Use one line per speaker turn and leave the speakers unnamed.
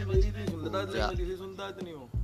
नहीं थी सुनता तो नहीं हो